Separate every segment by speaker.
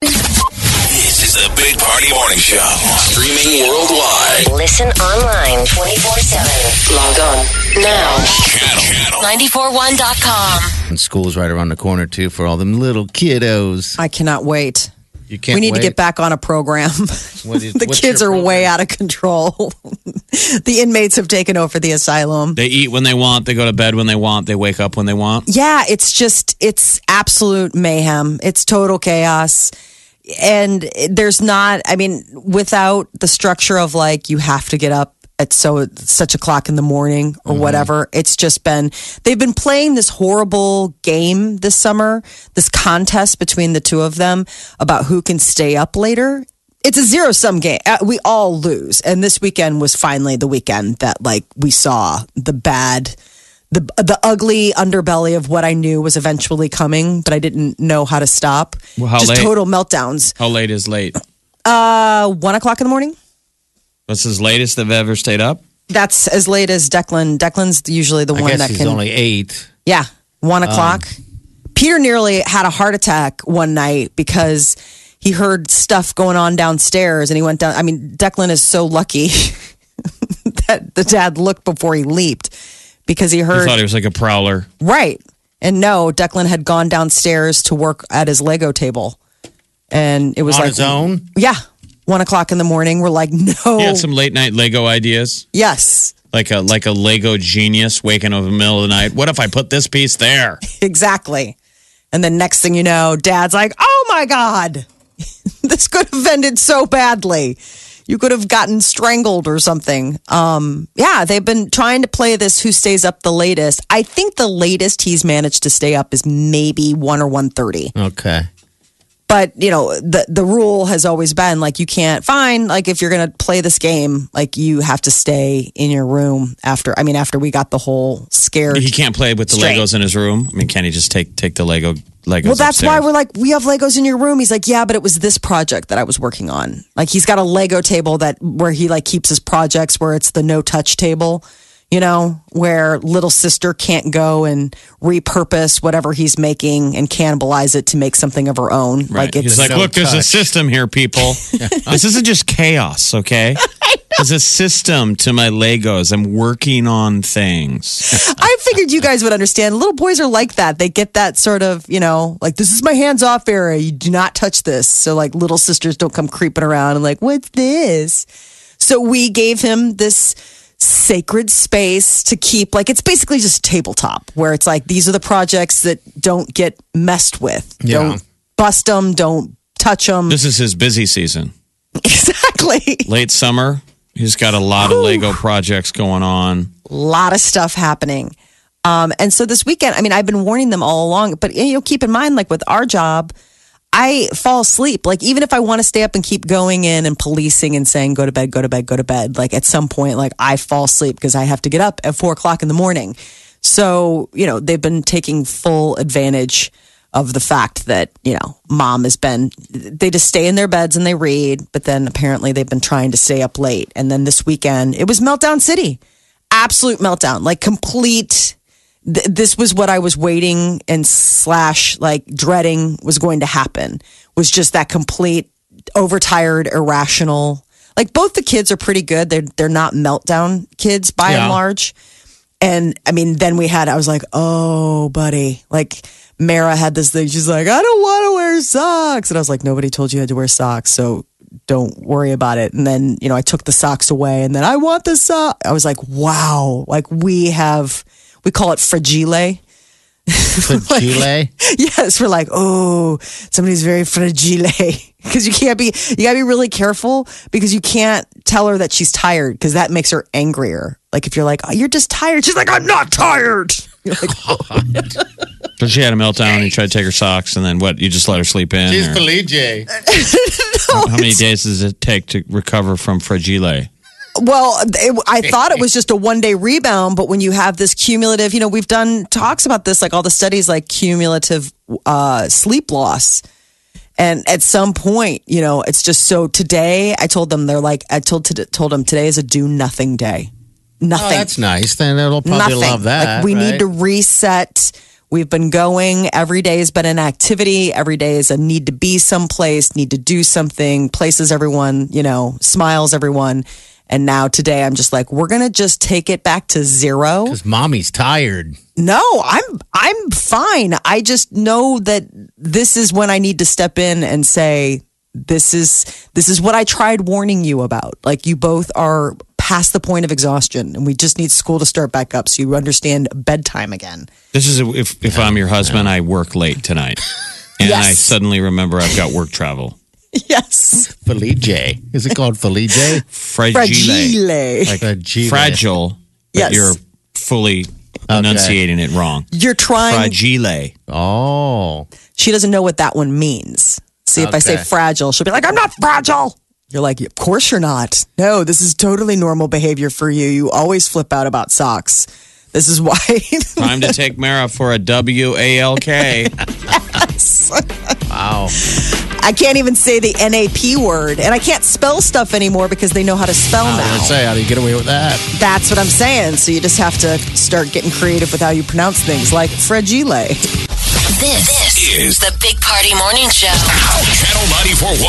Speaker 1: This is the Big Party Morning Show. Streaming worldwide.
Speaker 2: Listen online 24 7. Log on now.
Speaker 1: Channel, channel
Speaker 2: 941.com.
Speaker 3: And school's right around the corner too for all them little kiddos.
Speaker 4: I cannot wait.
Speaker 3: You can't.
Speaker 4: we need
Speaker 3: wait.
Speaker 4: to get back on a program.
Speaker 3: What is-
Speaker 4: the
Speaker 3: what's
Speaker 4: kids are
Speaker 3: your
Speaker 4: way out of control. the inmates have taken over the asylum.
Speaker 5: They eat when they want. They go to bed when they want. They wake up when they want.
Speaker 4: yeah, it's just it's absolute mayhem. It's total chaos. And there's not I mean without the structure of like you have to get up at so such o'clock in the morning or whatever. It's just been they've been playing this horrible game this summer, this contest between the two of them about who can stay up later it's a zero sum game. Uh, We all lose, and this weekend was finally the weekend that like we saw the bad, the the ugly underbelly of what I knew was eventually coming, but I didn't know how to stop.
Speaker 5: Well, how
Speaker 4: Just
Speaker 5: late?
Speaker 4: total meltdowns.
Speaker 5: How late is late?
Speaker 4: Uh, one o'clock in the morning.
Speaker 5: That's his latest they've ever stayed up.
Speaker 4: That's as late as Declan. Declan's usually the
Speaker 3: I
Speaker 4: one
Speaker 3: guess
Speaker 4: that
Speaker 3: he's
Speaker 4: can.
Speaker 3: only Um, eight.
Speaker 4: Yeah, one o'clock. Peter nearly had a heart attack one night because he heard stuff going on downstairs and he went down. I mean, Declan is so lucky that the dad looked before he leaped because he
Speaker 5: He
Speaker 4: heard.
Speaker 5: thought he was like a prowler.
Speaker 4: right. And no, Declan had gone downstairs to work at his Lego table. And it was
Speaker 3: On
Speaker 4: like.
Speaker 3: his own?
Speaker 4: Yeah. One o'clock in the morning. We're like, no.
Speaker 5: He had some late night Lego ideas,
Speaker 4: yes.
Speaker 5: like a like a Lego genius waking up in the middle of the night. What if I put this piece there?
Speaker 4: Exactly. And then next thing you know, dad's like, oh my God, this could have ended so badly. You could have gotten strangled or something. Um, yeah, they've been trying to play this who stays up the latest. I think the latest he's managed to stay up is maybe one or one thirty
Speaker 3: Okay.
Speaker 4: but you know the the rule has always been like you can't find like if you're going to play this game like you have to stay in your room after i mean after we got the whole scared
Speaker 5: He can't play with the
Speaker 4: Straight.
Speaker 5: Legos in his room. I mean, can he just take take the Lego Legos?
Speaker 4: well that's why
Speaker 5: upstairs?
Speaker 4: we're like we have legos in your room he's like yeah but it was this project that i was working on like he's got a lego table that where he like keeps his projects where it's the no touch table you know where little sister can't go and repurpose whatever he's making and cannibalize it to make something of her own like it's
Speaker 5: He's like, look, there's a system here, people. this isn't just chaos, okay? There's a system to my Legos. I'm working on things.
Speaker 4: I figured you guys would understand. Little boys are like that. They get that sort of, you know, like this is my hands off area. You do not touch this. So like little sisters don't come creeping around and like, what's this? So we gave him this sacred space to keep like it's basically just a tabletop where it's like these are the projects that don't get messed with.
Speaker 3: Yeah.
Speaker 4: Don't bust them, don't touch them.
Speaker 5: This is his busy season.
Speaker 4: exactly.
Speaker 5: Late summer, he's got a lot of Lego projects going on.
Speaker 4: lot of stuff happening. Um, and so this weekend, I mean, I've been warning them all along, but you know, keep in mind, like with our job, I fall asleep. Like even if I want to stay up and keep going in and policing and saying, go to bed, go to bed, go to bed. Like at some point, like I fall asleep because I have to get up at four o'clock in the morning. So, you know, they've been taking full advantage of the fact that, you know, mom has been, they just stay in their beds and they read, but then apparently they've been trying to stay up late. And then this weekend, it was meltdown city absolute meltdown, like complete. Th- this was what I was waiting and slash like dreading was going to happen. Was just that complete overtired, irrational. Like both the kids are pretty good. They're they're not meltdown kids by
Speaker 5: Yeah.
Speaker 4: and large. And I mean, then we had, I was like, oh, buddy. Like, Mara had this thing. She's like, I don't want to wear socks. And I was like, nobody told you had to wear socks. So don't worry about it. And then, you know, I took the socks away and then I want the sock. I was like, wow. Like, we have, we call it fragile.
Speaker 3: Chile.
Speaker 4: Yes, we're like, oh, somebody's very fragile because you can't be, you gotta be really careful because you can't tell her that she's tired because that makes her angrier. Like if you're like, oh, you're just tired, she's like, I'm not tired.
Speaker 5: So she had a meltdown. You tried to take her socks, and then what? You just let her sleep in. or-
Speaker 3: Felice.
Speaker 5: how many days does it take to recover from fragile?
Speaker 4: Well, it, I thought it was just a one day rebound, but when you have this cumulative, you know, we've done talks about this, like all the studies, like cumulative uh, sleep loss. And at some point, you know, it's just so today I told them they're like, I told, to, told them today is a do nothing day. Nothing.
Speaker 3: Oh, that's nice. Then it'll probably
Speaker 4: nothing.
Speaker 3: love that.
Speaker 4: Like, we need
Speaker 3: right?
Speaker 4: to reset. We've been going. Every day has been an activity. Every day is a need to be someplace, need to do something, places everyone, you know, smiles everyone. And now today I'm just like, we're going to just take it back to zero.
Speaker 3: Because mommy's tired.
Speaker 4: No, I'm I'm fine. I just know that this is when I need to step in and say this is this is what I tried warning you about. Like you both are past the point of exhaustion and we just need school to start back up so you understand bedtime again.
Speaker 5: This is if if I'm your husband, I work late tonight, and I
Speaker 4: Yes.
Speaker 5: suddenly remember I've got work travel.
Speaker 4: Yes.
Speaker 3: Felice. Is it called Felice?
Speaker 5: Fragile,
Speaker 4: Fragile.
Speaker 3: like a G.
Speaker 5: fragile.
Speaker 4: Yes.
Speaker 5: But you're fully enunciating it wrong.
Speaker 4: You're trying
Speaker 5: Fragile.
Speaker 3: Oh.
Speaker 4: she doesn't know what that one means. See, if I say
Speaker 3: Okay.
Speaker 4: fragile, she'll be like, I'm not fragile. You're like, of course you're not. No, this is totally normal behavior for you. You always flip out about socks. This is why.
Speaker 5: Time to take Mara for a W A L K.
Speaker 3: Wow.
Speaker 4: I can't even say the NAP word. And I can't spell stuff anymore because they know how to spell
Speaker 3: I was
Speaker 4: now.
Speaker 3: gonna say, how do you get away with that?
Speaker 4: That's what I'm saying. So you just have to start getting creative with how you pronounce things, like fragile.
Speaker 2: This, is the Big Party Morning Show.
Speaker 1: Channel 941.
Speaker 3: All right,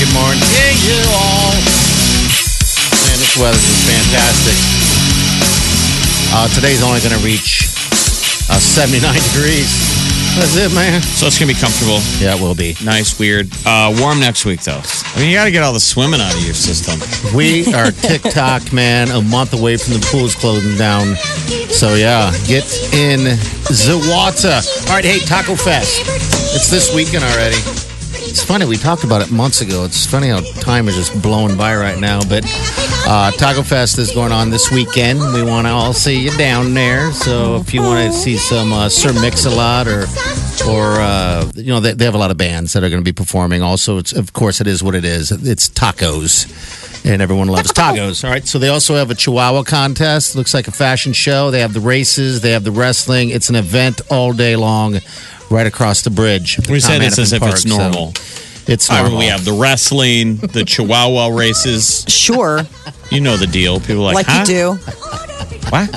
Speaker 3: good morning. Hey, you all. Man, this weather is fantastic. Uh, today's only going to reach uh, 79 degrees. That's it, man.
Speaker 5: so it's gonna be comfortable,
Speaker 3: Yeah, it will be.
Speaker 5: nice, weird, uh, warm next week though. I mean, you got to get all the swimming out of your system.
Speaker 3: We are TikTok, man, a month away from the pools closing down. So, yeah, get in the water. All right, hey, Taco Fest. It's this weekend already. It's funny, we talked about it months ago. It's funny how time is just blowing by right now. But uh, Taco Fest is going on this weekend. We want to all see you down there. So, if you want to see some uh, Sir Mix-a-Lot or or uh, you know they, they have a lot of bands that are going to be performing. Also, it's of course it is what it is. It's tacos, and everyone loves tacos. All right, so they also have a Chihuahua contest. Looks like a fashion show. They have the races. They have the wrestling. It's an event all day long, right across the bridge. at the
Speaker 5: We
Speaker 3: Tom
Speaker 5: said it's
Speaker 3: Hannafin
Speaker 5: as if
Speaker 3: Park,
Speaker 5: it's
Speaker 3: so
Speaker 5: normal.
Speaker 3: it's
Speaker 5: I
Speaker 3: normal.
Speaker 5: mean, we have the wrestling, the Chihuahua races.
Speaker 4: Sure,
Speaker 5: You know the deal. People are
Speaker 4: like
Speaker 5: like, huh?
Speaker 4: you do.
Speaker 5: What?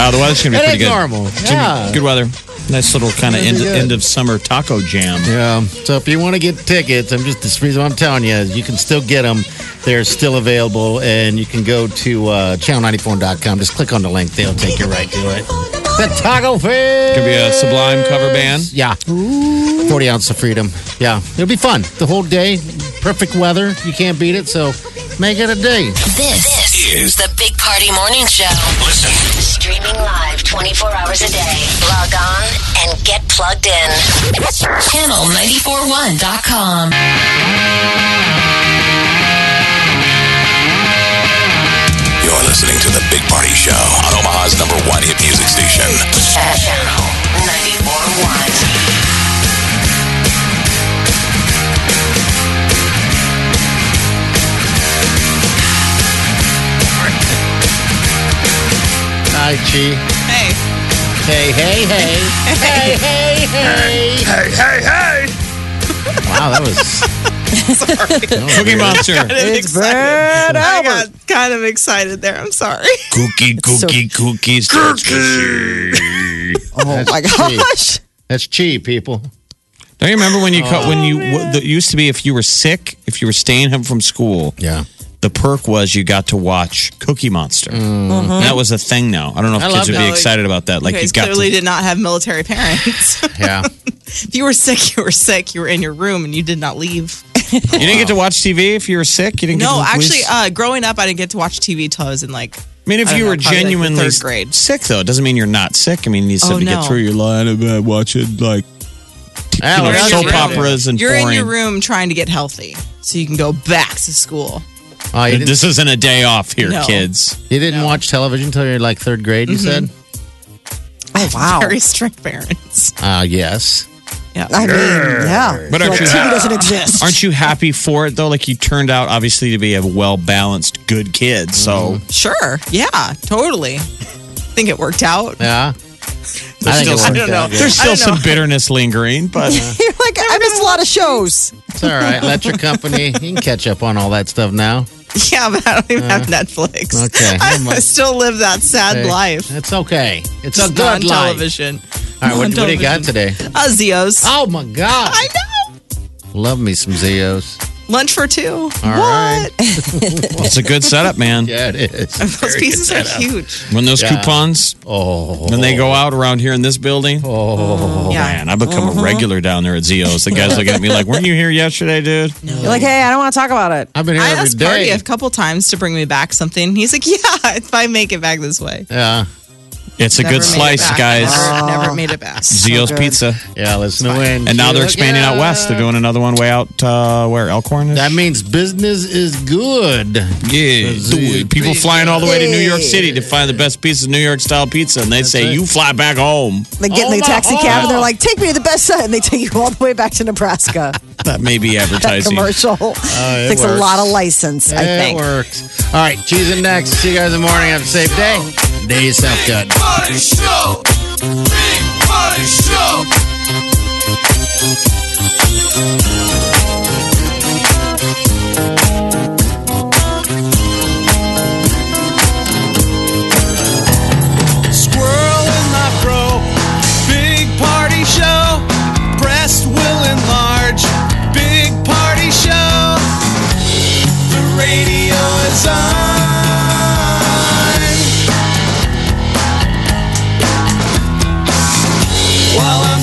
Speaker 5: Uh, the weather's gonna be
Speaker 3: It
Speaker 5: pretty
Speaker 3: is
Speaker 5: good.
Speaker 3: normal.
Speaker 5: It's gonna
Speaker 3: Yeah.
Speaker 5: be Good weather. Nice little kind of end,
Speaker 3: Pretty good.
Speaker 5: end of summer taco jam.
Speaker 3: Yeah. So if you want to get tickets, I'm just the reason I'm telling you, is you can still get them. They're still available, and you can go to uh, channel94.com. Just click on the link; they'll take you right to it. The Taco Fest.
Speaker 5: Gonna be a Sublime cover band.
Speaker 3: Yeah. 40 ounce of freedom. Yeah. It'll be fun. The whole day. Perfect weather. You can't beat it. So make it a day.
Speaker 2: This, is the Big Party Morning Show.
Speaker 1: Listen.
Speaker 2: Streaming live 24 hours a day. Log on and get plugged in. Channel941.com.
Speaker 1: You're listening to The Big Party Show on Omaha's number one hit music station.
Speaker 2: Channel 941.
Speaker 3: Hi, Chi. Hey. Hey, hey, hey. hey, hey, hey. Hey, hey, hey. Wow, that was. Sorry.
Speaker 5: Cookie Monster.
Speaker 4: It's Brad
Speaker 6: I
Speaker 4: Albert.
Speaker 6: got kind of excited there. I'm sorry.
Speaker 5: Cookie, cookie, cookies.
Speaker 4: Oh my gosh.
Speaker 3: That's Chi, people.
Speaker 5: Don't you remember when you cut when you w- the, it used to be if you were sick, if you were staying home from school,
Speaker 3: Yeah.
Speaker 5: the perk was you got to watch Cookie Monster. And That was a thing now. I don't know if
Speaker 3: I
Speaker 5: kids
Speaker 3: love
Speaker 5: would be
Speaker 3: that.
Speaker 5: excited about that. Like
Speaker 6: you
Speaker 5: you
Speaker 6: guys
Speaker 5: got
Speaker 6: clearly
Speaker 5: to,
Speaker 6: did not have military parents.
Speaker 3: Yeah.
Speaker 6: if you were sick, you were sick. You were in your room and you did not leave.
Speaker 5: you didn't get to watch TV if you were sick. You didn't.
Speaker 6: No,
Speaker 5: get to,
Speaker 6: actually, uh, growing up, I didn't get to watch TV till I was in like.
Speaker 5: I mean, if
Speaker 6: I
Speaker 5: you
Speaker 6: don't
Speaker 5: were
Speaker 6: know, probably like the
Speaker 5: genuinely
Speaker 6: third grade.
Speaker 5: sick, though, it doesn't mean you're not sick. I mean, you still
Speaker 6: Oh,
Speaker 5: have to get
Speaker 6: no.
Speaker 5: through your line about watching like you know,
Speaker 6: that's
Speaker 5: soap
Speaker 6: right.
Speaker 5: operas and
Speaker 6: You're
Speaker 5: foreign.
Speaker 6: in your room trying to get healthy so you can go back to school.
Speaker 3: Oh, you didn't,
Speaker 5: This isn't a day off here,
Speaker 6: No.
Speaker 5: kids.
Speaker 3: you didn't watch television until you're like third grade, you said?
Speaker 5: Mm-hmm.
Speaker 4: Oh, wow.
Speaker 6: Very strict parents.
Speaker 3: Uh, yes.
Speaker 6: Yeah.
Speaker 4: I mean, yeah.
Speaker 5: But
Speaker 4: You're
Speaker 5: aren't
Speaker 4: like,
Speaker 5: you-
Speaker 4: TV doesn't exist.
Speaker 5: Aren't you happy for it though? Like you turned out obviously to be a well balanced, good kid.
Speaker 3: Mm-hmm.
Speaker 5: So
Speaker 6: Sure. Yeah. Totally. Think it worked out.
Speaker 3: Yeah.
Speaker 5: There's
Speaker 3: think it
Speaker 5: still some-
Speaker 3: worked
Speaker 6: I
Speaker 3: out
Speaker 6: don't know.
Speaker 3: good.
Speaker 5: there's still
Speaker 6: I don't know.
Speaker 5: some bitterness lingering, but
Speaker 4: You're like, I missed a lot of shows.
Speaker 3: It's all right. Electric Company. You can catch up on all that stuff now.
Speaker 6: Yeah, but I don't even have Netflix.
Speaker 3: okay.
Speaker 6: I
Speaker 3: Oh, my-
Speaker 6: still live that sad
Speaker 3: Hey,
Speaker 6: life.
Speaker 3: It's okay. It's a
Speaker 6: Just not on
Speaker 3: good life.
Speaker 6: television.
Speaker 3: All right, what, what do you got
Speaker 6: Non-television.
Speaker 3: today?
Speaker 6: Uh, Zios.
Speaker 3: Oh my God!
Speaker 6: I know.
Speaker 3: Love me some Zeos.
Speaker 6: Lunch for two. what?
Speaker 3: right.
Speaker 5: it's a good setup, man.
Speaker 3: Yeah, it is.
Speaker 6: Those pieces are huge.
Speaker 5: When those
Speaker 3: Yeah.
Speaker 5: coupons
Speaker 3: Oh,
Speaker 5: when they go out around here in this building.
Speaker 3: oh,
Speaker 6: yeah.
Speaker 5: Man, I become
Speaker 6: Uh-huh.
Speaker 5: a regular down there at Zio's. The guys look at me like, "Weren't you here yesterday, dude?"
Speaker 4: You're like, hey, I don't want to talk about it.
Speaker 3: I've been here
Speaker 6: I
Speaker 3: every
Speaker 6: asked Party
Speaker 3: day.
Speaker 6: a couple times to bring me back something. He's like, "Yeah, if I make it back this way."
Speaker 3: Yeah,
Speaker 5: It's a
Speaker 6: Never
Speaker 5: good
Speaker 6: made it
Speaker 5: slice,
Speaker 6: back.
Speaker 5: guys.
Speaker 6: Never, never made it back.
Speaker 3: Ah.
Speaker 5: Zio's
Speaker 4: good.
Speaker 5: Pizza,
Speaker 3: yeah. Let's know when.
Speaker 5: and now they're expanding out west. They're doing another one way out uh, where Elkhorn.
Speaker 3: That means business is good.
Speaker 5: Yeah, do it. people flying all the way to New York
Speaker 4: Yeah.
Speaker 5: City to find the best piece of New York style pizza, and they say
Speaker 3: it.
Speaker 5: you fly back home.
Speaker 4: They get
Speaker 3: Oh,
Speaker 4: in the
Speaker 3: my-
Speaker 4: taxi cab and they're
Speaker 3: oh.
Speaker 4: like, take me to the best side. And they take you all the way back to Nebraska.
Speaker 5: That may be
Speaker 4: That
Speaker 5: advertising.
Speaker 4: commercial
Speaker 3: Uh, it
Speaker 4: takes
Speaker 3: works.
Speaker 4: a lot of license, I
Speaker 3: It
Speaker 4: think.
Speaker 3: works. All right, cheese and next. See you guys in the morning. Have a safe day. Day yourself good.
Speaker 7: Party show. Big party show. Squirrel in my bro. Big party show. Breast will enlarge. Big party show. The radio is on. while I'm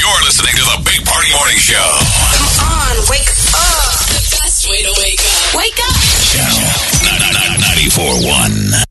Speaker 1: You're listening to the Big Party Morning Show.